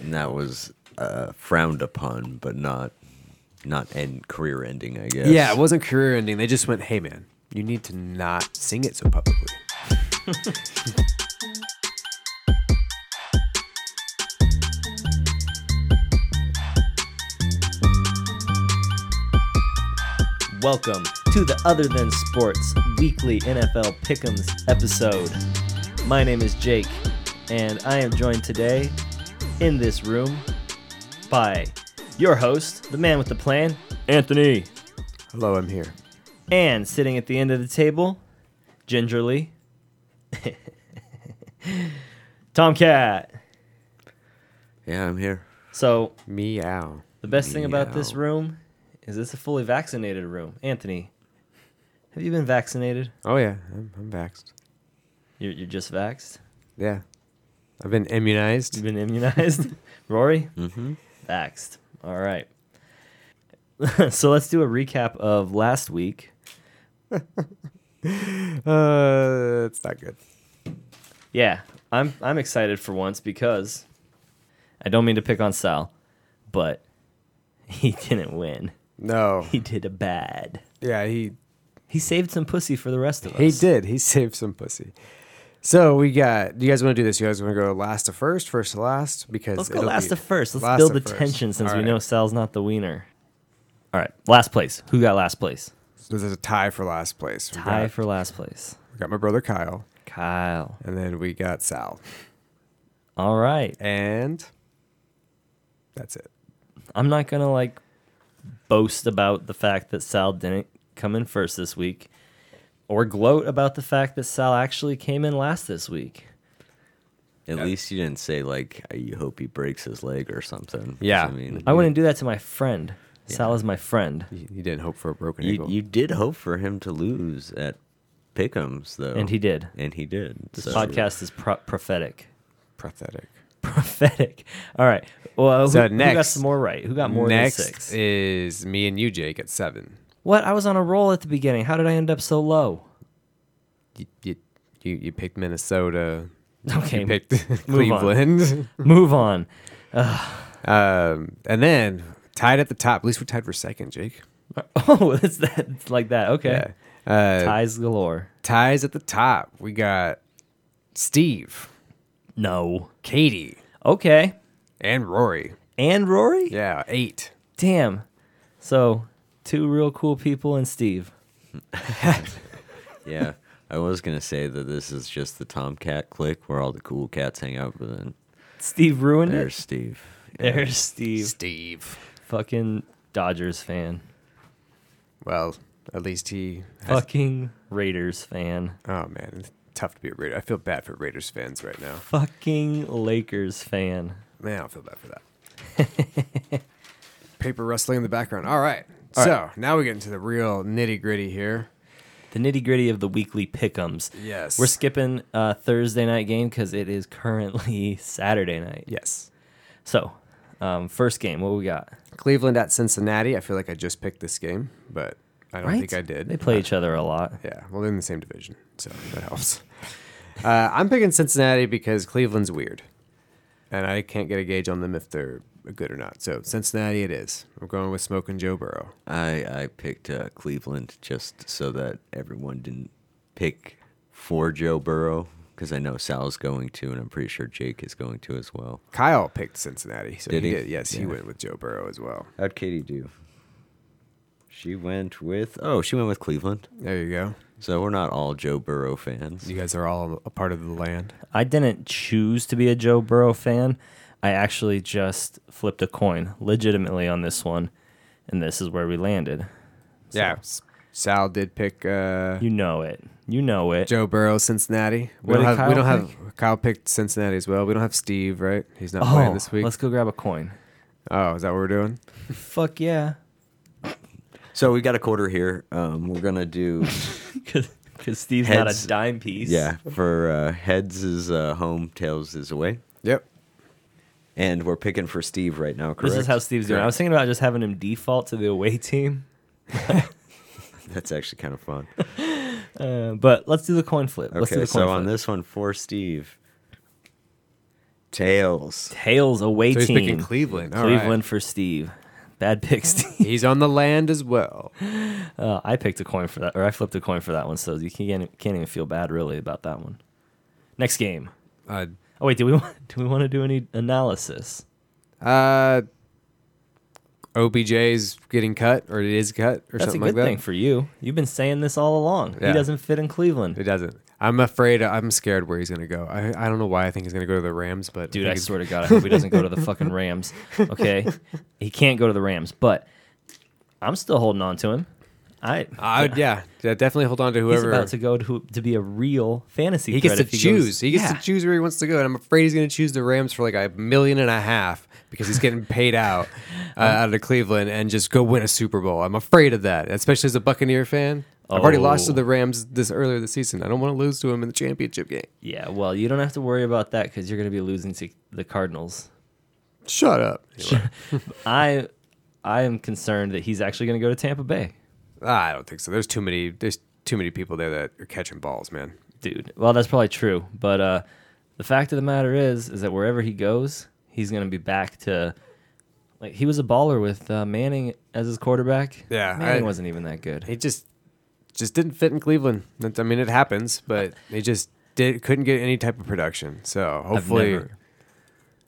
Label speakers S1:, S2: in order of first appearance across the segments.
S1: and that was uh, frowned upon, but not not end career ending, I guess.
S2: Yeah, it wasn't career ending. They just went, hey, man, you need to not sing it so publicly.
S3: Welcome to the Other Than Sports Weekly NFL Pick'ems episode. My name is Jake, and I am joined today in this room by your host, the man with the plan, Anthony.
S2: Hello, I'm here.
S3: And sitting at the end of the table, gingerly, Tomcat.
S1: yeah, I'm here.
S3: So,
S2: Meow.
S3: the best thing about this
S1: Meow.
S3: room is it's a fully vaccinated room. Anthony, have you been vaccinated?
S2: Oh, yeah, I'm, I'm vaxxed.
S3: You're, you're just vaxxed?
S2: Yeah. I've been immunized.
S3: You've been immunized? Rory?
S1: Mm-hmm.
S3: Vaxxed. All right. so let's do a recap of last week.
S2: Uh, it's not good.
S3: Yeah, I'm I'm excited for once because I don't mean to pick on Sal, but he didn't win.
S2: No.
S3: He did a bad.
S2: Yeah, he
S3: He saved some pussy for the rest of us.
S2: he did. He saved some pussy. So we got. Do you guys want to do this? You guys want to go last to first, first to last? Because
S3: Let's go
S2: it'll
S3: last
S2: be-
S3: to first. Let's
S2: last
S3: build
S2: to
S3: the
S2: first.
S3: tension since
S2: All
S3: we
S2: right.
S3: know Sal's not the wiener. All right, last place. Who got last place?
S2: So there's a tie for last place. We
S3: Tie
S2: got-
S3: for last place.
S2: we got my brother Kyle,
S3: Kyle.
S2: and then we got Sal,
S3: All right.
S2: and that's it.
S3: I'm not gonna like boast about the fact that Sal didn't come in first this week, or gloat about the fact that Sal actually came in last this week.
S1: At least you didn't say like you hope he breaks his leg or something. 'cause,
S2: Yeah.
S1: I mean,
S3: I wouldn't do that to my friend. Sal is my friend,
S2: You, you didn't hope for a broken
S1: You,
S2: eagle.
S1: you did hope for him to lose at Pickums though,
S3: and he did.
S1: and he did.
S3: This
S1: so-
S3: podcast is pro- prophetic.
S2: Pathetic.
S3: Prophetic. All right. Well, who,
S2: So
S3: who got
S2: next-
S3: some more right? Who got more
S2: Next
S3: than six?
S2: is me and you, Jake, at seven.
S3: what? I was on a roll at the beginning. How did I end up so low?
S2: You you you, you picked Minnesota.
S3: Okay.
S2: You picked
S3: move on.
S2: Cleveland.
S3: Move on.
S2: Um, and then tied at the top. At least we're tied for second, Jake.
S3: Oh, it's that. It's like that. Okay.
S2: Yeah. Uh,
S3: Ties galore.
S2: ties at the top. We got Steve,
S3: No.
S2: Katie,
S3: Okay.
S2: and Rory.
S3: and Rory?
S2: Yeah, eight.
S3: Damn. So, two real cool people and Steve.
S1: Yeah, I was gonna say that this is just the Tomcat clique where all the cool cats hang out, but then
S3: Steve ruined
S1: there's Steve.
S3: it. There's Steve.
S2: Steve.
S3: Fucking Dodgers fan.
S2: Well, at least he. Has,
S3: Fucking Raiders fan.
S2: oh man, it's tough to be a Raider. I feel bad for Raiders fans right now.
S3: Fucking Lakers fan.
S2: Man, I don't feel bad for that. Paper rustling in the background. All right. so now we get into the real nitty gritty here.
S3: The nitty gritty of the weekly pickums.
S2: Yes.
S3: We're skipping uh, Thursday night game because it is currently Saturday night.
S2: yes.
S3: So, um, first game, what we got?
S2: Cleveland at Cincinnati. I feel like I just picked this game, but I don't think I did. Uh,
S3: They play each other a lot.
S2: Yeah, well, they're in the same division, so that helps. Uh, I'm picking Cincinnati because Cleveland's weird, and I can't get a gauge on them if they're good or not. So Cincinnati, it is. I'm going with Smoke and Joe Burrow.
S1: I I picked uh, Cleveland just so that everyone didn't pick for Joe Burrow because I know Sal's going to, and I'm pretty sure Jake is going to as well.
S2: Kyle picked Cincinnati, so
S1: Did
S2: he,
S1: he?
S2: did. Yes, he
S1: Yeah.
S2: went with Joe Burrow as well.
S1: How'd Katie do? She went with oh, she went with Cleveland.
S2: There you go.
S1: So we're not all Joe Burrow fans.
S2: You guys are all a part of the land.
S3: I didn't choose to be a Joe Burrow fan. I actually just flipped a coin legitimately on this one, and this is where we landed. So,
S2: Yeah. S- Sal did pick uh,
S3: You know it. You know it.
S2: Joe Burrow, Cincinnati. We
S3: What
S2: don't
S3: did
S2: have. we
S3: Kyle
S2: don't have. Kyle picked Cincinnati as well. We don't have Steve, right? He's not
S3: oh,
S2: playing this week.
S3: let's go grab a coin.
S2: Oh, is that what we're doing?
S3: Fuck yeah.
S1: So we got a quarter here. Um, we're gonna do
S3: Because Steve's not
S1: Heads.
S3: a dime piece.
S1: yeah for uh, heads is uh, home, tails is away,
S2: Yep.
S1: and we're picking for Steve right now. Correct.
S3: This is how Steve's doing. I was thinking about just having him default to the away team,
S1: That's actually kind of fun.
S3: uh, but let's do the coin flip. Let's do
S1: Okay,
S3: the coin
S1: so
S3: flip.
S1: on this one for Steve, Tails.
S3: Tails away
S2: So he's
S3: team.
S2: picking Cleveland. All right.
S3: Cleveland for Steve. Bad pick, Steve.
S2: He's on the land as well.
S3: Uh, I picked a coin for that, or I flipped a coin for that one, so you can't, can't even feel bad really about that one. Next game.
S2: Uh,
S3: Oh wait, do we want, do we want to do any analysis?
S2: uh, OBJ's getting cut, or it is cut, or
S3: That's a
S2: something
S3: good
S2: like that.
S3: thing for you. You've been saying this all along. He
S2: Yeah.
S3: doesn't fit in Cleveland,
S2: It doesn't. I'm afraid. I'm scared where he's gonna go. I, I don't know why I think he's gonna go to the Rams, but
S3: dude.
S2: think
S3: I
S2: he's-
S3: swear to God, I hope he doesn't go to the fucking Rams. Okay, he can't go to the Rams, but I'm still holding on to him. I
S2: I would- yeah, yeah, definitely hold on to
S3: he's
S2: Uh, whoever.
S3: about to go to to be a real fantasy.
S2: he gets to
S3: threat if goes-
S2: choose. he gets
S3: Yeah.
S2: to choose where he wants to go, and I'm afraid he's gonna choose the Rams for like a million and a half because he's getting paid out uh, out of Cleveland and just go win a Super Bowl. I'm afraid of that, especially as a Buccaneer fan. I've already lost to
S3: Oh.
S2: the Rams this earlier this season. I don't want to lose to him in the championship game.
S3: Yeah, well, you don't have to worry about that because you're going to be losing to the Cardinals.
S2: Shut up.
S3: I I am concerned that he's actually going to go to Tampa Bay,
S2: Ah, I don't think so. There's too many. There's too many people there that are catching balls, man.
S3: dude. Well, that's probably true, but uh, the fact of the matter is, is that wherever he goes, he's going to be back to like he was a baller with uh, Manning as his quarterback.
S2: Yeah,
S3: Manning
S2: I-
S3: wasn't even that good.
S2: he just just didn't fit in Cleveland. That- I mean, it happens, but they just did couldn't get any type of production. So
S3: I've
S2: hopefully,
S3: never-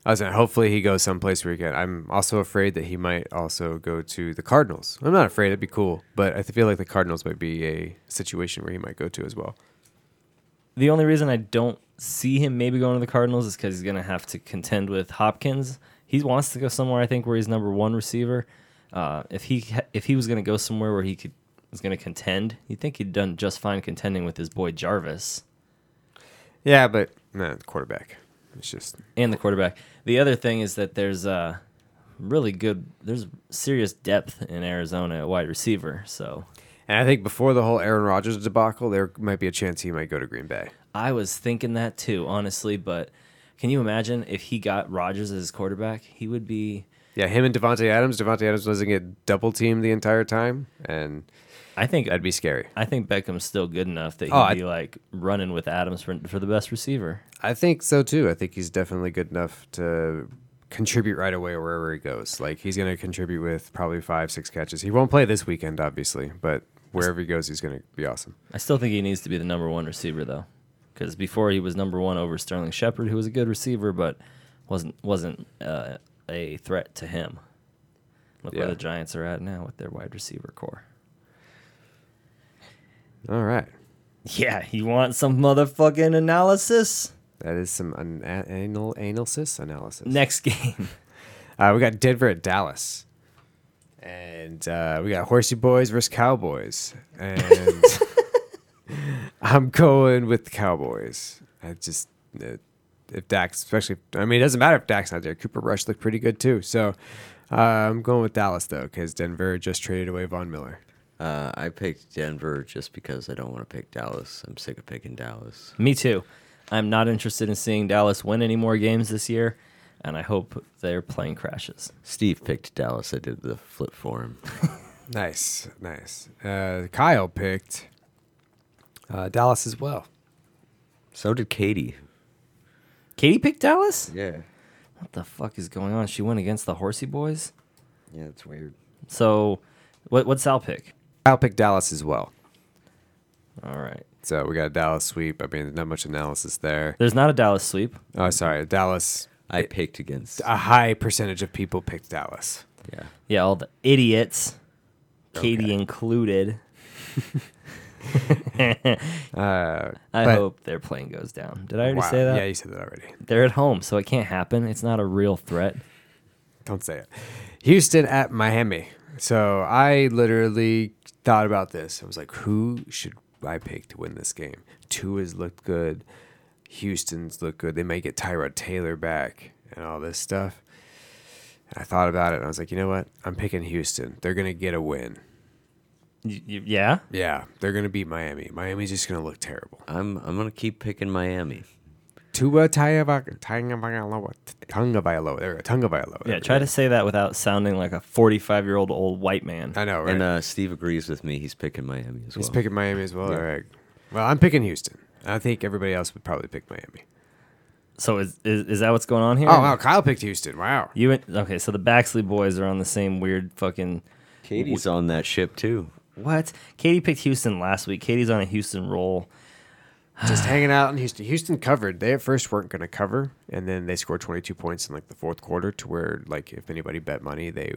S2: I was saying, hopefully he goes someplace where he can. I'm also afraid that he might also go to the Cardinals. I'm not afraid; it'd be cool, but I feel like the Cardinals might be a situation where he might go to as well.
S3: the only reason I don't see him maybe going to the Cardinals is because he's going to have to contend with Hopkins. He wants to go somewhere I think where he's number one receiver. Uh, if he if he was going to go somewhere where he could was going to contend, you'd think he'd done just fine contending with his boy Jarvis
S2: Yeah, but nah, quarterback. It's just
S3: and the quarterback. The other thing is that there's uh, really good there's serious depth in Arizona at wide receiver. So
S2: and I think before the whole Aaron Rodgers debacle, there might be a chance he might go to Green Bay.
S3: I was thinking that too, honestly. But can you imagine if he got Rodgers as his quarterback? He would be
S2: Yeah, him and Devontae Adams. Devontae Adams doesn't get double teamed the entire time, and
S3: I think
S2: that'd be scary.
S3: I think Beckham's still good enough that he'd
S2: Oh, I-
S3: be like running with Adams for, for the best receiver.
S2: I think so too. I think he's definitely good enough to contribute right away wherever he goes. Like he's going to contribute with probably five, six catches. He won't play this weekend, obviously, but wherever he goes, he's going to be awesome.
S3: I still think he needs to be the number one receiver though, because before he was number one over Sterling Shepard, who was a good receiver but wasn't wasn't uh, a threat to him. Look where
S2: Yeah.
S3: the Giants are at now with their wide receiver core.
S2: All right,
S3: Yeah, you want some motherfucking analysis?
S2: that is some an- a- anal analysis analysis.
S3: Next game.
S2: Uh, we got Denver at Dallas, and uh, we got Horsey Boys versus Cowboys, and I'm going with the Cowboys. I just uh, if Dax, especially, I mean, it doesn't matter if Dax not there. Cooper Rush looked pretty good too, so uh, I'm going with Dallas though because Denver just traded away Von Miller.
S1: Uh, I picked Denver just because I don't want to pick Dallas. I'm sick of picking Dallas.
S3: Me too. I'm not interested in seeing Dallas win any more games this year, and I hope their plane crashes.
S1: Steve picked Dallas. I did the flip for him.
S2: Nice, nice. Uh, Kyle picked uh, Dallas as well.
S1: So did Katie.
S3: Katie picked Dallas?
S1: Yeah.
S3: What the fuck is going on? She went against the Horsey Boys?
S1: Yeah, it's weird.
S3: So, what, what's Sal pick?
S2: Kyle picked Dallas as well.
S3: All right.
S2: So we got a Dallas sweep. I mean, not much analysis there.
S3: There's not a Dallas sweep.
S2: Oh, sorry, Dallas.
S1: I picked against.
S2: A high percentage of people picked Dallas.
S1: yeah.
S3: Yeah, all the idiots, Katie included.
S2: Uh,
S3: I
S2: But-
S3: hope their plane goes down. Did I already
S2: wow.
S3: say that?
S2: Yeah, you said that already.
S3: They're at home, so it can't happen. It's not a real threat.
S2: Don't say it. Houston at Miami. So I literally thought about this. I was like, who should I pick to win this game? Tua's looked good. Houston's looked good. They might get Tyrod Taylor back and all this stuff. And I thought about it and I was like, you know what? I'm picking Houston. They're going to get a win.
S3: Y- y- yeah?
S2: Yeah, they're going to beat Miami. Miami's just going to look terrible.
S1: I'm I'm gonna keep picking Miami.
S2: Tua Tagovailoa. Tagovailoa. Tagovailoa. There we go. Tagovailoa.
S3: Yeah, try to say that without sounding like a 45 year old old white man.
S2: I know, right?
S1: And uh, Steve agrees with me. He's picking Miami as well.
S2: He's picking Miami as well. All right. Well, I'm picking Houston. I think everybody else would probably pick Miami.
S3: So is, is is that what's going on here?
S2: Oh wow, Kyle picked Houston. Wow.
S3: You and, okay? So the Baxley boys are on the same weird fucking
S1: Katie's on that ship too.
S3: what? Katie picked Houston last week. Katie's on a Houston roll.
S2: Just hanging out in Houston. Houston covered. They at first weren't going to cover, and then they scored 22 points in like the fourth quarter to where like if anybody bet money, they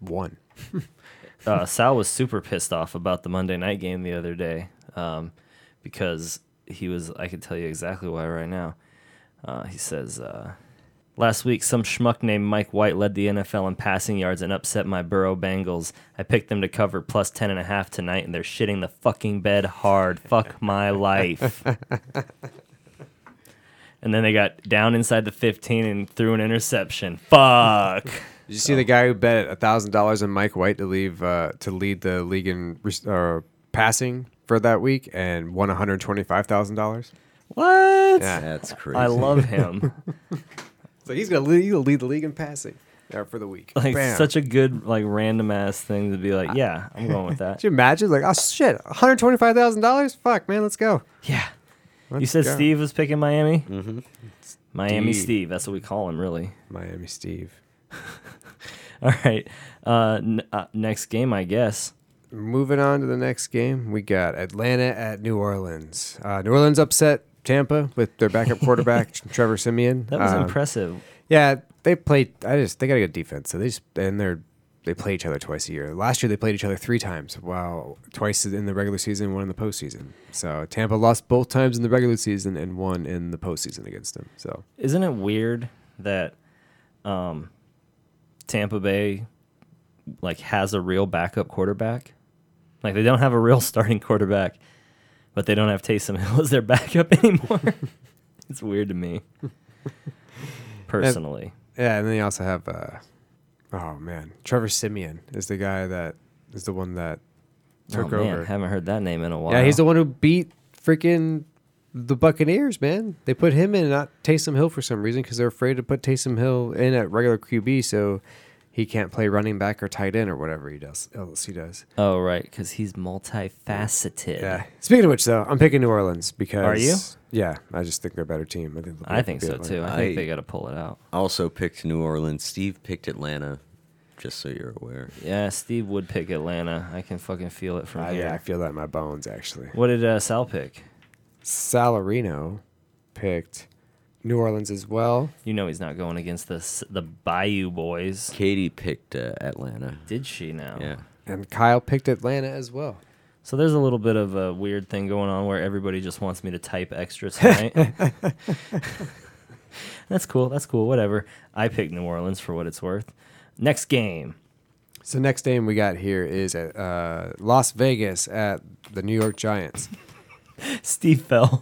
S2: won.
S3: uh, Sal was super pissed off about the Monday night game the other day um, because he was. I can tell you exactly why right now. Uh, he says, uh, "Last week, some schmuck named Mike White led the NFL in passing yards and upset my Burrow Bengals. I picked them to cover plus ten and a half tonight, and they're shitting the fucking bed hard. Fuck my life." And then they got down inside the 15 and threw an interception. Fuck.
S2: Did you see the guy who bet thousand dollars on Mike White to leave uh, to lead the league in re- uh, passing for that week and won one hundred twenty five thousand dollars?
S3: what?
S2: Yeah,
S1: That's crazy.
S3: I love him.
S2: so he's gonna lead, he'll lead the league in passing uh, for the week.
S3: like
S2: Bam.
S3: such a good like random ass thing to be like, yeah, I'm going with that.
S2: Could you imagine? Like, oh shit, one hundred twenty five thousand dollars? Fuck, man, let's go.
S3: yeah. You
S2: Let's
S3: said
S2: go.
S3: Steve was picking Miami. Mm-hmm. Miami
S2: Steve.
S3: Steve. That's what we call him, really.
S2: Miami Steve.
S3: All right. Uh, n- uh, next game, I guess.
S2: Moving on to the next game, we got Atlanta at New Orleans. Uh, New Orleans upset Tampa with their backup quarterback Trevor Simeon.
S3: That was
S2: Um,
S3: impressive.
S2: Yeah, they played. I just they got a good defense. So they just and they're they play each other twice a year. Last year they played each other three times. Wow, twice in the regular season, one in the postseason. So Tampa lost both times in the regular season and one in the postseason against them. So
S3: Isn't it weird that um, Tampa Bay like has a real backup quarterback? Like they don't have a real starting quarterback, but they don't have Taysom Hill as their backup anymore. it's weird to me, personally.
S2: yeah, and then you also have uh, oh man, Trevor Simeon is the guy that is the one that took
S3: oh, man,
S2: over.
S3: haven't heard that name in a while.
S2: yeah, he's the one who beat freaking. The Buccaneers, man, they put him in, not Taysom Hill, for some reason, because they're afraid to put Taysom Hill in at regular QB, so he can't play running back or tight end or whatever he does. Else he does.
S3: Oh right, because he's multifaceted.
S2: Yeah. Speaking of which, though, I'm picking New Orleans because.
S3: Are you?
S2: Yeah, I just think they're a better team. I think. they'll
S3: I
S2: be-
S3: think
S2: be
S3: so
S2: able to-
S3: too. I think
S1: I-
S3: they got to pull it out.
S1: also picked New Orleans. Steve picked Atlanta. Just so you're aware.
S3: Yeah, Steve would pick Atlanta. I can fucking feel it from
S2: I-
S3: here.
S2: yeah, I feel that in my bones actually.
S3: What did uh, Sal pick?
S2: Salarino picked New Orleans as well.
S3: You know he's not going against the s- the Bayou Boys.
S1: Katie picked uh, Atlanta.
S3: Did she now?
S1: Yeah.
S2: And Kyle picked Atlanta as well.
S3: So there's a little bit of a weird thing going on where everybody just wants me to type extra tonight. that's cool. That's cool. Whatever. I picked New Orleans for what it's worth. Next game.
S2: So next game we got here is at, uh, Las Vegas at the New York Giants.
S3: Steve fell.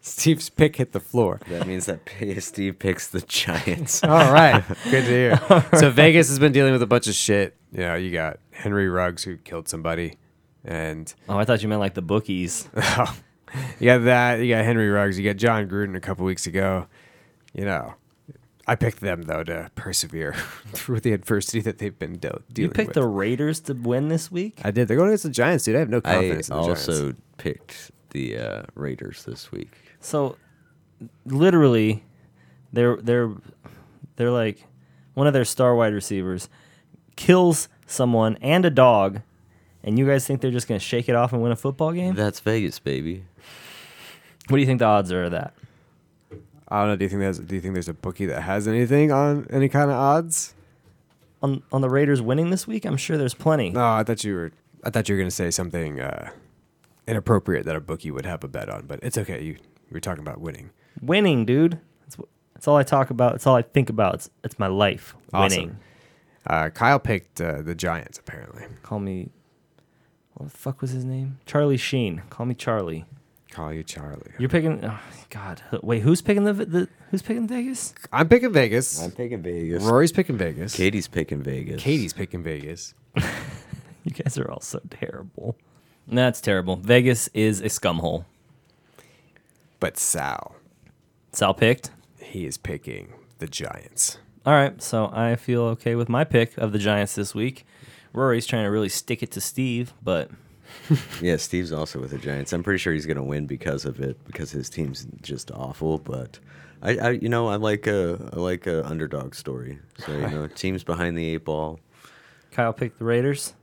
S2: Steve's pick hit the floor.
S1: That means that Steve picks the Giants.
S2: All right, good to hear. So Vegas has been dealing with a bunch of shit. You know, you got Henry Ruggs who killed somebody, and
S3: oh, I thought you meant like the bookies.
S2: you got that. You got Henry Ruggs. You got John Gruden a couple weeks ago. You know, I picked them though to persevere through the adversity that they've been dealt
S3: You
S2: dealing
S3: picked
S2: with.
S3: the Raiders to win this week?
S2: I did. They're going against the Giants, dude. I have no
S1: I
S2: confidence in the Giants.
S1: also picked the uh, Raiders this week.
S3: So literally they're they're they're like one of their star wide receivers kills someone and a dog and you guys think they're just going to shake it off and win a football game?
S1: That's Vegas, baby.
S3: What do you think the odds are of that?
S2: I don't know. Do you think there's Do you think there's a bookie that has anything on any kind of odds?
S3: On on the Raiders winning this week, I'm sure there's plenty.
S2: No, I thought you were. I thought you were going to say something uh, inappropriate that a bookie would have a bet on, but it's okay. You you were talking about winning.
S3: Winning, dude. That's wh- that's all I talk about. It's all I think about. It's, it's my life.
S2: Awesome.
S3: Winning.
S2: Uh, Kyle picked uh, the Giants apparently.
S3: Call me What the fuck was his name? Charlie Sheen. Call me Charlie.
S2: Call you Charlie.
S3: You're picking oh, God. Wait, who's picking the, the who's picking Vegas?
S2: I'm picking Vegas.
S1: picking Vegas.
S2: Rory's picking Vegas.
S1: Katie's picking Vegas.
S2: Katie's picking Vegas.
S3: You guys are all so terrible. That's terrible. Vegas is a scumhole.
S2: But Sal,
S3: Sal picked.
S2: he is picking the Giants.
S3: All right, so I feel okay with my pick of the Giants this week. Rory's trying to really stick it to Steve, but
S1: Yeah, Steve's also with the Giants. I'm pretty sure he's going to win because of it, because his team's just awful. But I, I you know I like a I like a underdog story. So you know teams behind the eight ball.
S3: Kyle picked the Raiders.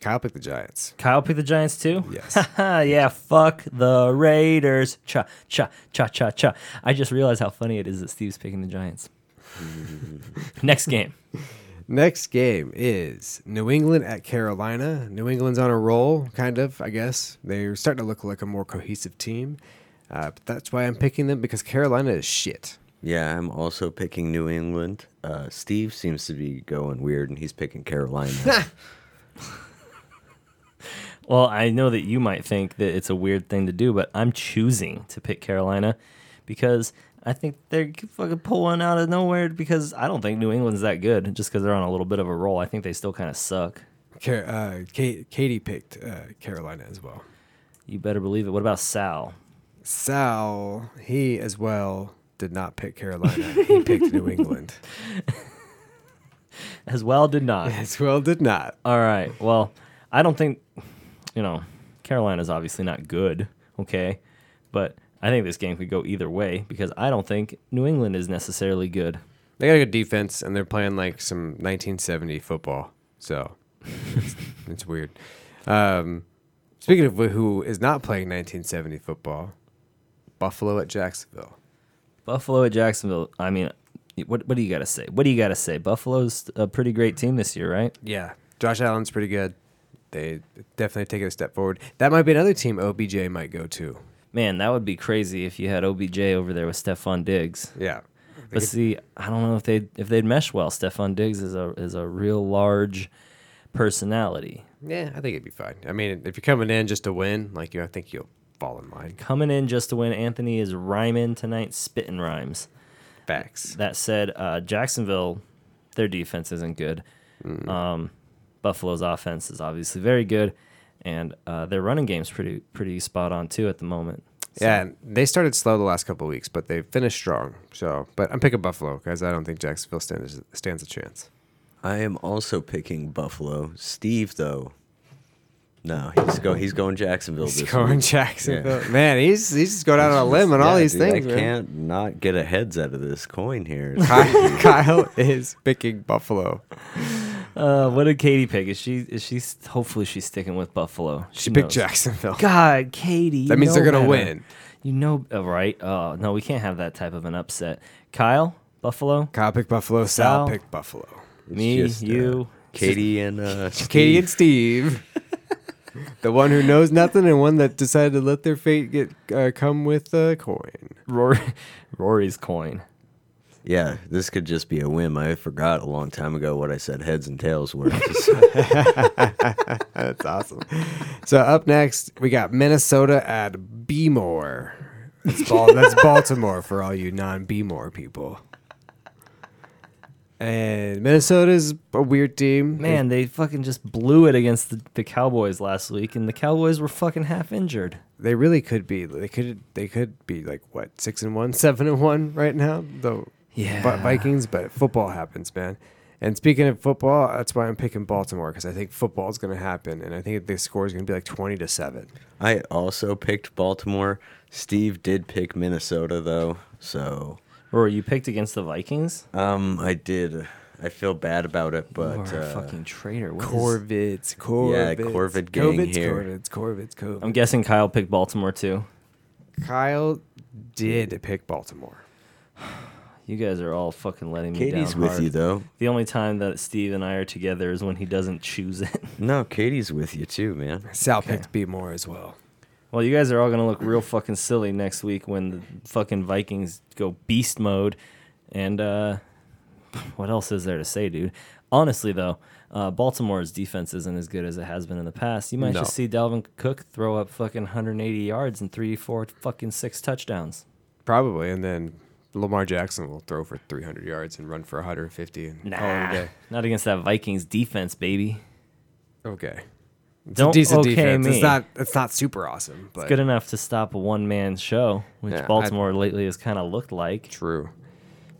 S2: Kyle picked the Giants.
S3: Kyle picked the Giants too.
S2: Yes.
S3: yeah. Fuck the Raiders. Cha cha cha cha cha. I just realized how funny it is that Steve's picking the Giants. Next game.
S2: Next game is New England at Carolina. New England's on a roll, kind of, I guess. They're starting to look like a more cohesive team. Uh, but that's why I'm picking them because Carolina is shit.
S1: Yeah, I'm also picking New England. Uh, Steve seems to be going weird, and he's picking Carolina.
S3: Well, I know that you might think that it's a weird thing to do, but I'm choosing to pick Carolina because I think they're fucking pulling out of nowhere because I don't think New England's that good just because they're on a little bit of a roll. I think they still kind of suck.
S2: Car- uh, Ka- Katie picked uh, Carolina as well.
S3: You better believe it. What about Sal?
S2: Sal, he as well did not pick Carolina. he picked New England.
S3: As well, did not.
S2: As well did not.
S3: All right. Well, I don't think, you know, Carolina's obviously not good, okay? But I think this game could go either way because I don't think New England is necessarily good.
S2: They got a good defense, and they're playing like some 1970 football. So it's, it's weird. Um, speaking of wh- who is not playing 1970 football, Buffalo at Jacksonville.
S3: Buffalo at Jacksonville. I mean, what what do you got to say? What do you got to say? Buffalo's a pretty great team this year, right?
S2: Yeah, Josh Allen's pretty good. They definitely take it a step forward. That might be another team OBJ might go to.
S3: Man, that would be crazy if you had OBJ over there with Stephon Diggs.
S2: Yeah,
S3: But see, I don't know if they if they'd mesh well. Stephon Diggs is a is a real large personality.
S2: yeah, I think it'd be fine. I mean, if you're coming in just to win, like you, I think you'll fall in line.
S3: Coming in just to win, Anthony is rhyming tonight, spitting rhymes.
S2: Facts.
S3: That said, uh, Jacksonville, their defense isn't good.
S2: Mm.
S3: Um, Buffalo's offense is obviously very good, and uh, their running game's pretty pretty spot on too at the moment.
S2: Yeah, and they started slow the last couple of weeks, but they finished strong. So, but I'm picking Buffalo because I don't think Jacksonville stands stands a chance.
S1: I am also picking Buffalo. Steve though, no, he's go he's going Jacksonville this
S2: Scoring
S1: week.
S2: Jacksonville, man, he's he's just going out on a limb and all
S1: Yeah,
S2: these
S1: dude,
S2: things.
S1: I
S2: man.
S1: can't not get a heads out of this coin here.
S2: Kyle, Kyle is picking Buffalo.
S3: Uh, what did Katie pick? Is she is she hopefully she's sticking with Buffalo?
S2: She picked
S3: knows.
S2: Jacksonville.
S3: God, Katie. you
S2: that means they're
S3: know
S2: gonna
S3: better.
S2: win.
S3: You know, oh, right? Oh no, we can't have that type of an upset. Kyle, Buffalo,
S2: Kyle picked Buffalo. Sal,
S3: Sal.
S2: picked Buffalo.
S1: It's
S3: me,
S1: just, uh,
S3: you.
S1: Katie, and uh,
S2: Katie
S1: Steve.
S2: and Steve, the one who knows nothing and one that decided to let their fate get uh, come with a coin.
S3: Rory, Rory's coin.
S1: Yeah, this could just be a whim. I forgot a long time ago what I said heads and tails were.
S2: That's awesome. So up next, we got Minnesota at Bmore. That's, Bal- that's Baltimore for all you non-Bmore people. And Minnesota's a weird team.
S3: Man, they fucking just blew it against the, the Cowboys last week, and the Cowboys were fucking half injured.
S2: they, they really could be. They could. They could be like what six and one, seven and one right now. The
S3: Yeah.
S2: Vi- Vikings, but football happens, man. And speaking of football, that's why I'm picking Baltimore because I think football's going to happen, and I think the score is going to be like twenty to seven.
S1: I also picked Baltimore. Steve did pick Minnesota though, so
S3: Rory, you picked against the Vikings?
S1: um, I did. I feel bad about it,
S3: you
S1: but
S3: are a
S1: uh,
S3: fucking traitor. What is-
S2: Corvids, Corvids,
S1: Corvid gang
S2: Corvids,
S1: here.
S2: Corvids, Corvids, Corvids.
S3: I'm guessing Kyle picked Baltimore too.
S2: Um, Kyle did pick Baltimore.
S3: You guys are all fucking letting me
S1: Katie's
S3: down.
S1: with
S3: hard.
S1: you though.
S3: The only time that Steve and I are together is when he doesn't choose it.
S1: No, Katie's with you too, man.
S2: Sal picked B Moore as well.
S3: Well, you guys are all gonna look real fucking silly next week when the fucking Vikings go beast mode. And uh, what else is there to say, dude? Honestly, though, uh, Baltimore's defense isn't as good as it has been in the past. You might
S2: No.
S3: just see Dalvin Cook throw up fucking 180 yards and three, four, fucking six touchdowns.
S2: Probably, and then Lamar Jackson will throw for 300 yards and run for 150 and call it a
S3: Nah,
S2: day.
S3: not against that Vikings defense, baby.
S2: Okay. It's
S3: Don't
S2: a decent
S3: okay
S2: defense.
S3: me.
S2: It's not it's not super awesome, but
S3: Good enough to stop a one-man show, which
S2: Yeah, I-
S3: Baltimore lately has kind of looked like,
S2: true.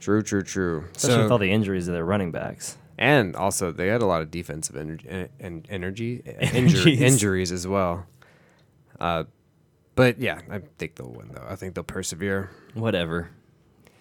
S2: True, true, true.
S3: especially with
S2: So-
S3: all the injuries of their running backs.
S2: and also they had a lot of defensive energy and, and energy injury,
S3: Energies.
S2: injuries as well. Uh, but yeah, I think they'll win though. I think they'll persevere.
S3: Whatever.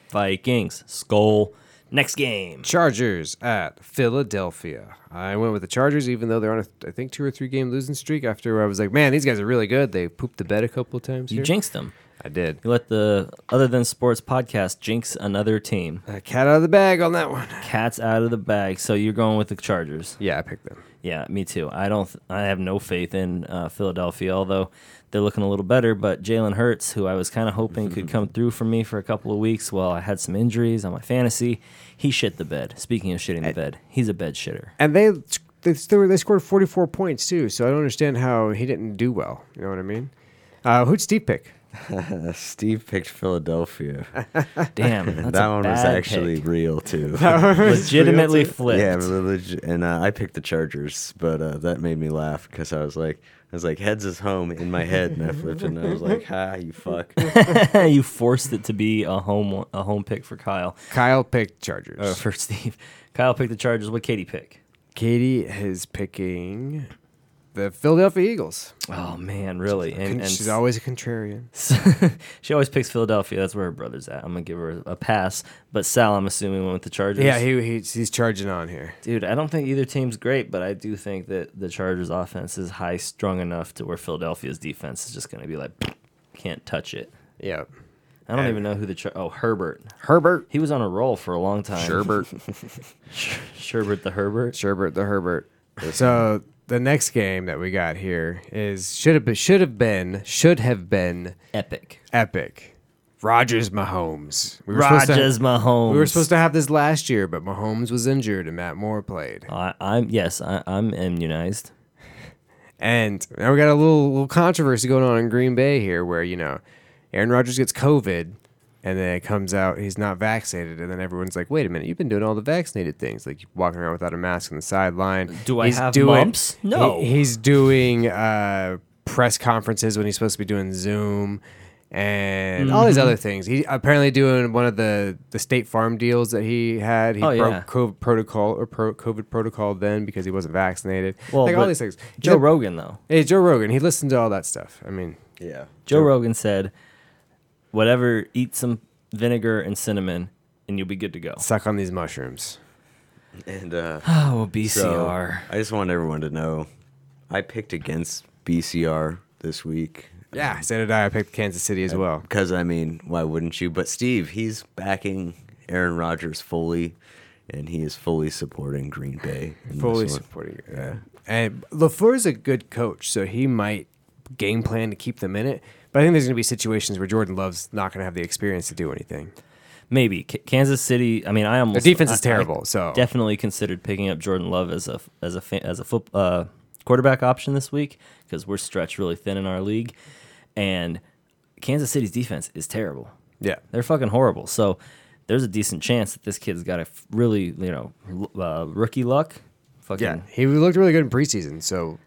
S3: Vikings. Skull. Next game.
S2: Chargers at Philadelphia. I went with the Chargers, even though they're on a, I think, two or three game losing streak. After I was like, man, these guys are really good. They pooped the bed a couple of times.
S3: You
S2: here.
S3: jinxed them.
S2: I did.
S3: You let the Other Than Sports podcast jinx another team.
S2: A cat out of the bag on that one.
S3: Cat's out of the bag, so you're going with the Chargers.
S2: Yeah, I picked them.
S3: Yeah, me too. I don't. Th- I have no faith in uh, Philadelphia, although they're looking a little better. But Jalen Hurts, who I was kind of hoping could come through for me for a couple of weeks, well, I had some injuries on my fantasy. He shit the bed. Speaking of shitting the bed, he's a bed shitter.
S2: And they they, still, they scored 44 points, too. So I don't understand how he didn't do well. You know what I mean? Uh, who'd Steve pick?
S1: Steve picked Philadelphia.
S3: Damn, that's
S1: that
S3: a
S1: one was
S3: bad
S1: actually
S3: pick.
S1: real too.
S3: legitimately flipped.
S1: Yeah, relig- and uh, I picked the Chargers, but uh, that made me laugh because I was like, I was like, heads is home in my head, and I flipped, it, and I was like, ha, you fuck.
S3: you forced it to be a home a home pick for Kyle
S2: Kyle picked Chargers.
S3: or for Steve. Kyle picked the Chargers. What Katie pick?
S2: Katie is picking the Philadelphia Eagles.
S3: Oh man, really? And, and
S2: she's always a contrarian.
S3: she always picks Philadelphia. That's where her brother's at. I'm gonna give her a pass. But Sal, I'm assuming went with the Chargers.
S2: Yeah, he, he he's charging on here.
S3: dude. I don't think either team's great, but I do think that the Chargers' offense is high strung enough to where Philadelphia's defense is just gonna be like, can't touch it.
S2: Yeah.
S3: I don't
S2: And-
S3: even know who the Char- oh Herbert.
S2: Herbert.
S3: He was on a roll for a long time.
S2: Sherbert.
S3: Sherbert the Herbert.
S2: Sherbert the Herbert. So the next game that we got here is should have been should have been should have been
S3: Epic.
S2: epic. Rogers Mahomes. We were supposed to-
S3: Rogers Mahomes.
S2: we were supposed to have this last year, but Mahomes was injured and Matt Moore played.
S3: I, I'm yes, I, I'm immunized.
S2: And now we got a little, little controversy going on in Green Bay here where, you know, Aaron Rodgers gets COVID and then it comes out he's not vaccinated. And then everyone's like, wait a minute, you've been doing all the vaccinated things, like walking around without a mask on the sideline.
S3: Do I
S2: He's
S3: have
S2: doing-
S3: mumps? No.
S2: he- he's doing uh, press conferences when he's supposed to be doing Zoom. And all
S3: Mm-hmm.
S2: these other things. He apparently doing one of the the State Farm deals that he had. He
S3: Oh,
S2: broke
S3: yeah.
S2: COVID protocol or pro COVID protocol then because he wasn't vaccinated.
S3: Well,
S2: like all
S3: but
S2: these things. He's
S3: Joe
S2: a-
S3: Rogan though.
S2: Hey, Joe Rogan, he listened to all that stuff. I mean,
S1: yeah,
S3: Joe Rogan said, "Whatever, eat some vinegar and cinnamon, and you'll be good to go."
S2: suck on these mushrooms.
S1: and uh,
S3: Oh,
S1: so
S3: BCR.
S1: I just want everyone to know, I picked against BCR this week
S2: Yeah, so did I. I picked Kansas City as well.
S1: because I mean, why wouldn't you? But Steve, he's backing Aaron Rodgers fully, and he is fully supporting Green Bay. in this
S2: Fully
S1: one.
S2: supporting you. Yeah. And LaFleur's a good coach, so he might game plan to keep them in it. But I think there's going to be situations where Jordan Love's not going to have the experience to do anything.
S3: Maybe K- Kansas City. I mean, I almost
S2: Their defense is
S3: I- I
S2: terrible, so
S3: definitely considered picking up Jordan Love as a as a fa- as a foot, uh, quarterback option this week because we're stretched really thin in our league, and Kansas City's defense is terrible.
S2: yeah.
S3: They're fucking horrible. So there's a decent chance that this kid's got a f- really, you know, l- uh, rookie luck. Fucking,
S2: Yeah, he looked really good in preseason, so
S3: Mm.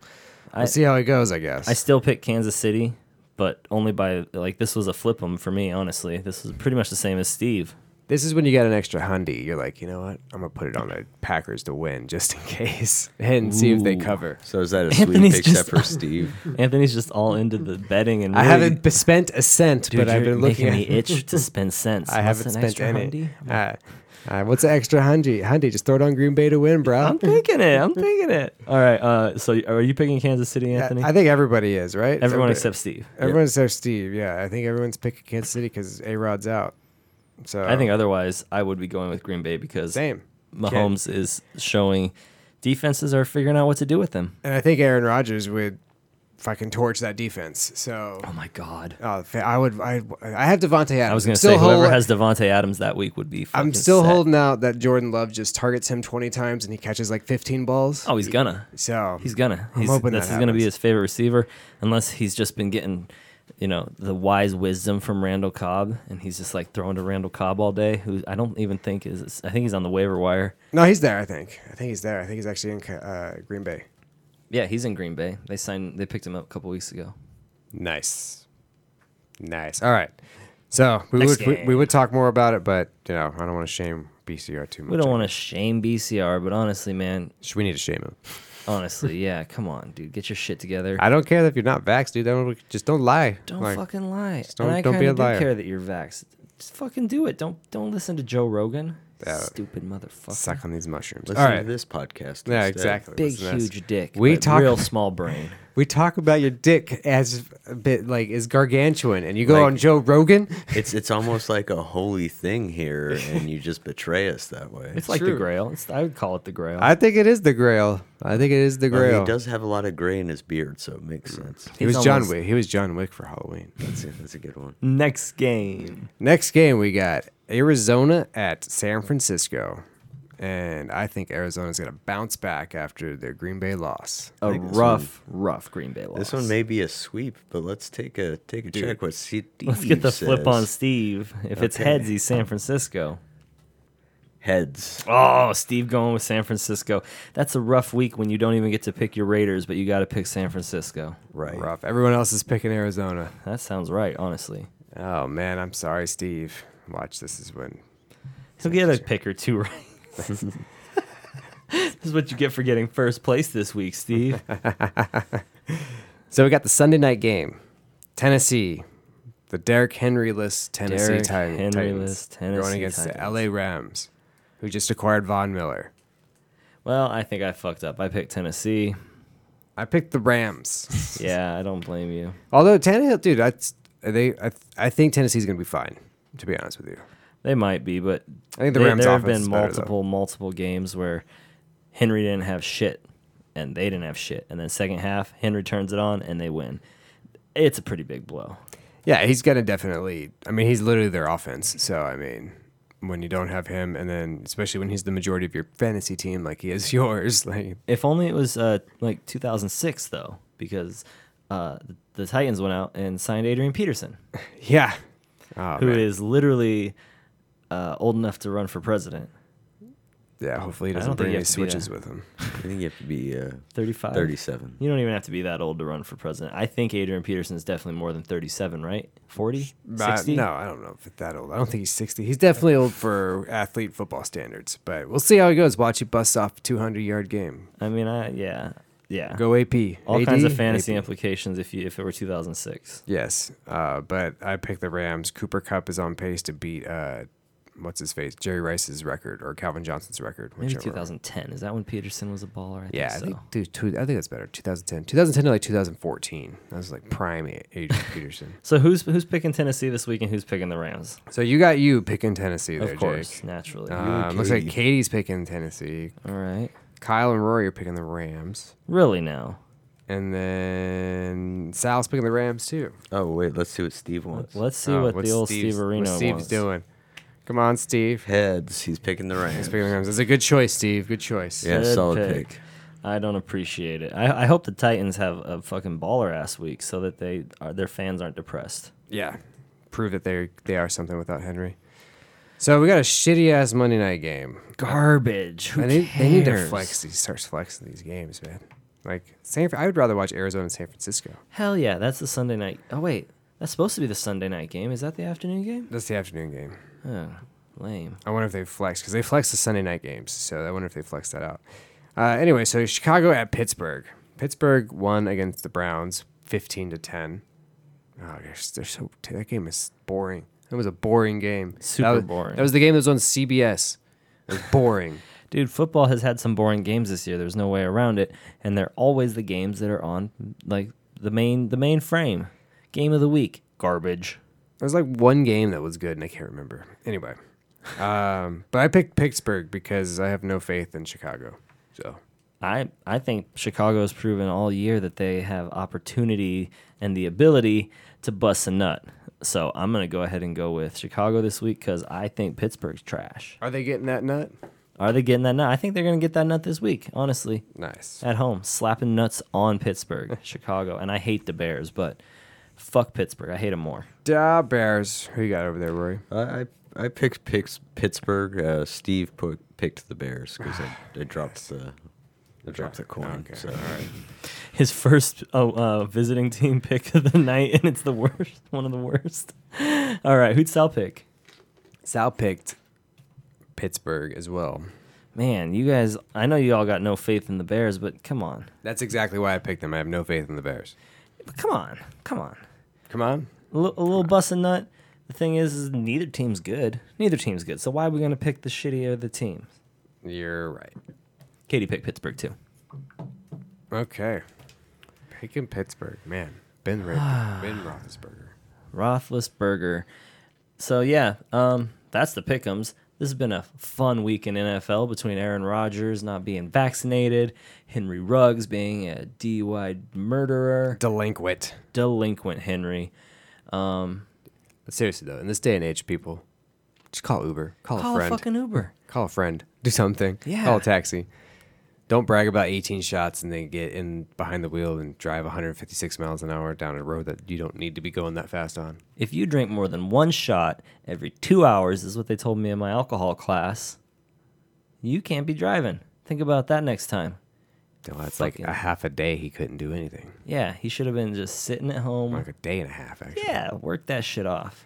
S3: I-
S2: we'll see how it goes, I guess.
S3: I still pick Kansas City, but only by like this was a flip 'em for me. Honestly, this was pretty much the same as Steve.
S2: this is when you got an extra hundy. You're like, you know what? I'm going to put it on the Packers to win just in case and see if they
S3: Ooh.
S2: cover.
S1: So is that a
S3: Anthony's
S1: sweep except
S3: just-
S1: for Steve?
S3: Anthony's just all into the betting and
S2: I
S3: really-
S2: haven't b- spent a cent,
S3: Dude,
S2: but I've
S3: you're
S2: been looking
S3: making
S2: at.
S3: me itch to spend cents.
S2: I
S3: What's
S2: haven't
S3: an
S2: spent
S3: extra
S2: any.
S3: hundy?
S2: Uh, uh, what's an extra hundy? Hundy, just throw it on Green Bay to win, bro.
S3: I'm thinking it. I'm thinking it. All right. Uh, so are you picking Kansas City, Anthony?
S2: I think everybody is right.
S3: Everyone
S2: Everybody-
S3: except Steve.
S2: everyone except Steve. Yeah, I think everyone's picking Kansas City because A Rod's out. So
S3: I think otherwise I would be going with Green Bay because
S2: same.
S3: Mahomes is showing defenses are figuring out what to do with him.
S2: And I think Aaron Rodgers would fucking torch that defense. So
S3: Oh my God.
S2: oh, fa- I would. I I have Devontae Adams.
S3: I was going
S2: I'm
S3: to say
S2: still
S3: whoever
S2: hol-
S3: has Devonte Adams that week would be.
S2: I'm
S3: fucking
S2: still
S3: set.
S2: holding out that Jordan Love just targets him 20 times and he catches like 15 balls.
S3: Oh, he's gonna.
S2: so
S3: He's gonna.
S2: I'm
S3: He's,
S2: hoping
S3: this
S2: that
S3: is gonna be
S2: happens.
S3: his favorite receiver, unless he's just been getting, you know, the wise wisdom from Randall Cobb, and he's just like throwing to Randall Cobb all day. Who I don't even think is. I think he's on the waiver wire.
S2: No, he's there. I think. I think he's there. I think he's actually in Ca- uh, Green Bay.
S3: Yeah, he's in Green Bay. They signed. They picked him up a couple weeks ago.
S2: Nice, nice. All right. So we
S3: Next
S2: would we, we
S3: game.
S2: would talk more about it, but you know I don't want to shame BCR too much.
S3: We don't want to shame BCR, but honestly, man,
S2: Sh- We need to shame him.
S3: honestly, yeah, come on, dude, get your shit together.
S2: I don't care if you're not vaxxed, dude. Don't, just don't lie.
S3: don't
S2: Like,
S3: fucking lie.
S2: just don't-
S3: and I
S2: don't be
S3: kinda
S2: a liar.
S3: do care that you're vaxxed. Just fucking do it. Don't don't listen to Joe Rogan.
S2: Yeah.
S3: Stupid motherfucker.
S2: Suck on these mushrooms.
S1: Listen
S3: right.
S1: to this podcast.
S2: Yeah,
S1: instead.
S2: exactly.
S3: Big
S2: Listen to this.
S3: huge dick.
S2: We
S3: but
S2: talk-
S3: real small brain.
S2: We talk about your dick as a bit like is gargantuan, and you go
S1: Like-
S2: on Joe Rogan.
S1: It's it's almost like a holy thing here, and you just betray us that way.
S3: It's like the
S2: True.
S3: Grail. It's, I would call it the Grail.
S2: I think it is the Grail. I think it is the
S1: Well,
S2: Grail.
S1: he does have a lot of gray in his beard, so it makes sense.
S2: He
S3: He's
S2: was John
S3: almost-
S2: Wick. He was John Wick for Halloween.
S1: That's a, that's a good one.
S3: Next game.
S2: Next game we got Arizona at San Francisco. And I think Arizona's going to bounce back after their Green Bay loss.
S3: A
S1: think this
S3: rough, rough Green Bay loss.
S1: This one may be a sweep, but let's take a take a check. What Steve
S3: Let's get the flip on
S1: says.
S3: Steve. If it's
S1: Okay.
S3: heads, he's San Francisco.
S1: heads.
S3: Oh, Steve going with San Francisco. That's a rough week when you don't even get to pick your Raiders, but you got to pick San Francisco.
S1: Right.
S2: Rough. Everyone else is picking Arizona.
S3: That sounds right, honestly.
S2: Oh, man. I'm sorry, Steve. Watch, this is when.
S3: He'll get a pick or two right. this is what you get for getting first place this week, Steve.
S2: So we got the Sunday night game Tennessee. The Derrick Henry list Tennessee
S3: Derrick
S2: Tit- Titans.
S3: Henry-less Tennessee
S2: Going against
S3: Titans.
S2: the LA Rams, who just acquired Von Miller.
S3: Well, I think I fucked up. I picked Tennessee.
S2: I picked the Rams.
S3: Yeah, I don't blame you.
S2: Although Tannehill, dude, I, they, I, I think Tennessee's going to be fine. To be honest with you,
S3: They might be, but
S2: I think the
S3: they-
S2: Rams'
S3: there have
S2: offense
S3: been
S2: is better, though.
S3: multiple, multiple games where Henry didn't have shit, and they didn't have shit, and then second half Henry turns it on and they win. It's a pretty big blow.
S2: yeah, he's going to definitely. I mean, he's literally their offense. So I mean, when you don't have him, and then especially when he's the majority of your fantasy team, like he is yours, like
S3: If only it was uh, like 2006 though, because uh, the Titans went out and signed Adrian Peterson,
S2: yeah, oh,
S3: who is
S2: man.
S3: literally uh, old enough to run for president.
S2: yeah. Hopefully, he
S3: don't
S2: doesn't
S3: think
S2: bring
S3: you
S2: any
S3: have to be
S2: switches
S3: that-
S2: with him.
S1: I think you have to be uh,
S3: 35.
S1: 37.
S3: You don't even have to be that old to run for president. I think Adrian Peterson is definitely more than 37, right? 40?
S2: But
S3: 60?
S2: uh, no, I don't know if it's that old. I don't think he's sixty. He's definitely old for athlete football standards. But we'll see how he goes. Watch he busts off two hundred yard game.
S3: I mean, I yeah. Yeah.
S2: Go AP.
S3: All kinds
S2: AD,
S3: of fantasy
S2: AP.
S3: implications if you if it were 2006.
S2: Yes, uh, but I picked the Rams. Cooper Cup is on pace to beat uh, what's his face, Jerry Rice's record or Calvin Johnson's record,
S3: Maybe
S2: whichever.
S3: 2010. Is that when Peterson was a baller? I
S2: yeah, I
S3: think so.
S2: think dude, two, I think that's better. 2010, 2010 to like 2014. That was like prime A- Adrian Peterson.
S3: So who's who's picking Tennessee this week and who's picking the Rams?
S2: So you got you picking Tennessee there,
S3: of course,
S2: Jake.
S3: naturally.
S2: Um, looks like
S1: Katie.
S2: Katie's picking Tennessee.
S3: All right.
S2: Kyle and Rory are picking the Rams,
S3: Really now.
S2: and then Sal's picking the Rams too.
S1: Oh wait, let's see what Steve wants.
S3: Let's see
S2: Oh,
S3: what the
S2: what's
S3: old
S2: Steve's-
S3: Steve Arena
S2: what's Steve's
S3: wants.
S2: doing. Come on, Steve.
S1: Heads. He's picking the
S2: He's
S1: Rams.
S2: picking the Rams. That's a good choice, Steve. Good choice.
S1: yeah,
S3: Good
S1: solid
S3: pick.
S1: pick.
S3: I don't appreciate it. I, I hope the Titans have a fucking baller ass week so that they are, their fans aren't depressed.
S2: Yeah. Prove that they they are something without Henry. So we got a shitty ass Monday night game.
S3: Garbage. Who
S2: I need, they need to
S3: cares?
S2: flex these starts flexing these games, man. Like San, I would rather watch Arizona and San Francisco.
S3: Hell yeah, that's the Sunday night. Oh wait, that's supposed to be the Sunday night game. Is that the afternoon game?
S2: That's the afternoon game.
S3: Oh, lame.
S2: I wonder if they flex because they flex the Sunday night games. So I wonder if they flex that out. Uh, anyway, so Chicago at Pittsburgh. Pittsburgh won against the Browns, fifteen to ten. Oh, they're, s- they're so that game is boring. That was a boring game. That
S3: Super
S2: was-
S3: boring.
S2: That was the game that was on CBS. It was boring.
S3: Dude, football has had some boring games this year. There's no way around it, and they're always the games that are on like the main the main frame. Game of the week, garbage.
S2: There was like one game that was good, and I can't remember. Anyway, um, but I picked Pittsburgh because I have no faith in Chicago. So
S3: I I think Chicago's proven all year that they have opportunity and the ability to bust a nut. So I'm gonna go ahead and go with Chicago this week because I think Pittsburgh's trash.
S2: are they getting that nut?
S3: Are they getting that nut? I think they're gonna get that nut this week. Honestly,
S2: Nice.
S3: at home, slapping nuts on Pittsburgh, Chicago, and I hate the Bears, but fuck Pittsburgh. I hate them more.
S2: Da Bears. Who you got over there, Rory?
S1: I I I picked picks, Pittsburgh. Uh, Steve pu- picked the Bears because I, I dropped the I dropped the coin.
S2: Okay,
S1: So.
S2: all right.
S3: His first oh, uh, visiting team pick of the night, and it's the worst, one of the worst. All right, who'd Sal pick?
S2: Sal picked Pittsburgh as well.
S3: Man, you guys, I know you all got no faith in the Bears, but come on,
S2: That's exactly why I picked them. I have no faith in the Bears.
S3: but come on, come on.
S2: Come on.
S3: A li- a little bust a nut. The thing is, is neither team's good. Neither team's good. So why are we going to pick the shittier of the teams?
S2: You're right.
S3: Katie picked Pittsburgh too.
S2: Okay. Picking Pittsburgh, man. Ben Ra- Ben Roethlisberger.
S3: Roethlisberger. So yeah, um, that's the pickums. This has been a fun week in NFL between Aaron Rodgers not being vaccinated, Henry Ruggs being a DUI murderer,
S2: Delinquent.
S3: delinquent Henry.
S2: But seriously though, in this day and age, people just call Uber, call,
S3: Call
S2: a
S3: a
S2: friend,
S3: fucking Uber.
S2: call a friend, do something.
S3: Yeah.
S2: Call a taxi. Don't brag about 18 shots and then get in behind the wheel and drive 156 miles an hour down a road that you don't need to be going that fast on.
S3: If you drink more than one shot every two hours, is what they told me in my alcohol class, you can't be driving. Think about that next time.
S2: No, that's
S3: Fucking-
S2: like a half a day he couldn't do anything.
S3: Yeah, he should have been just sitting at home.
S2: Like a day and a half, actually.
S3: Mm-hmm. Yeah, work that shit off.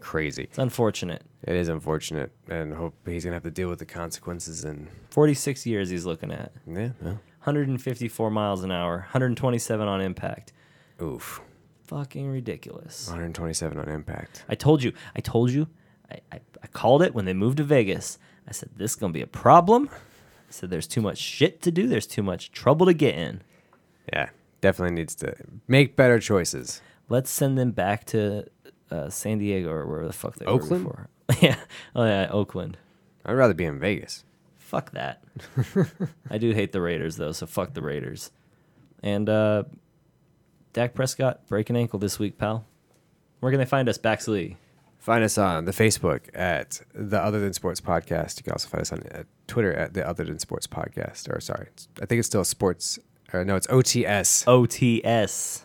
S2: Crazy.
S3: It's unfortunate.
S2: It is unfortunate, and hope he's gonna have to deal with the consequences. And
S3: 46 years he's looking at.
S2: yeah, well,
S3: 154 miles an hour, 127 on impact.
S2: oof,
S3: Fucking ridiculous.
S2: 127 on impact.
S3: I told you. I told you. I, I, I called it when they moved to Vegas. I said, this is going to be a problem. I said, there's too much shit to do. There's too much trouble to get in.
S2: Yeah, definitely needs to make better choices.
S3: Let's send them back to uh, San Diego or wherever the fuck they
S2: Oakland?
S3: were before. yeah. Oh, yeah. Oakland.
S2: I'd rather be in Vegas.
S3: Fuck that. I do hate the Raiders, though, so fuck the Raiders. And uh, Dak Prescott, break an ankle this week, pal. Where can they find us? Baxley.
S2: Find us on the Facebook at the Other Than Sports Podcast. You can also find us on uh, Twitter at the Other Than Sports Podcast. Or sorry, it's- I think it's still Sports. Or no, it's OTS
S3: OTS.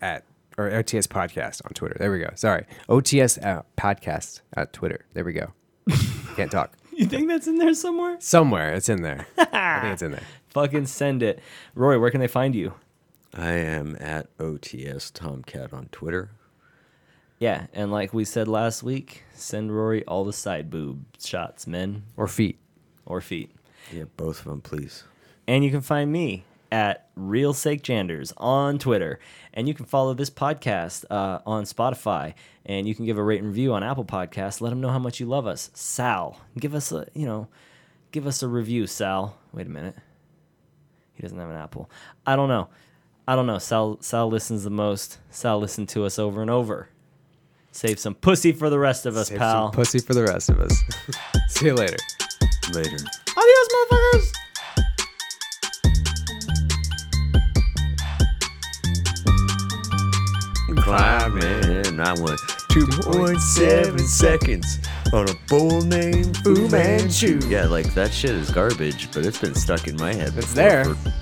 S2: at or OTS Podcast on Twitter. There we go. Sorry, OTS uh, Podcast at Twitter. There we go. Can't talk.
S3: You think that's in there somewhere?
S2: Somewhere it's in there. I think it's in there.
S3: Fucking send it. Roy, where can they find you?
S1: I am at OTS Tomcat on Twitter.
S3: Yeah, and like we said last week, send Rory all the side boob shots, men
S2: Or feet.
S3: or feet.
S1: Yeah, both of them, please.
S3: And you can find me at Real Sake Janders on Twitter. And you can follow this podcast uh, on Spotify. And you can give a rate and review on Apple Podcasts. Let them know how much you love us. Sal, give us a, you know, give us a review, Sal. Wait a minute. He doesn't have an Apple. I don't know. I don't know. Sal, Sal listens the most. Sal listened to us over and over. Save some pussy for the rest of us,
S2: Save
S3: pal.
S2: some pussy for the rest of us. See you later.
S1: Later.
S3: Adios, motherfuckers!
S1: climbing, and I went 2.7 seconds on a bull named Fu Manchu. Yeah, like that shit is garbage, but it's been stuck in my head.
S2: It's
S1: before
S2: there.
S1: for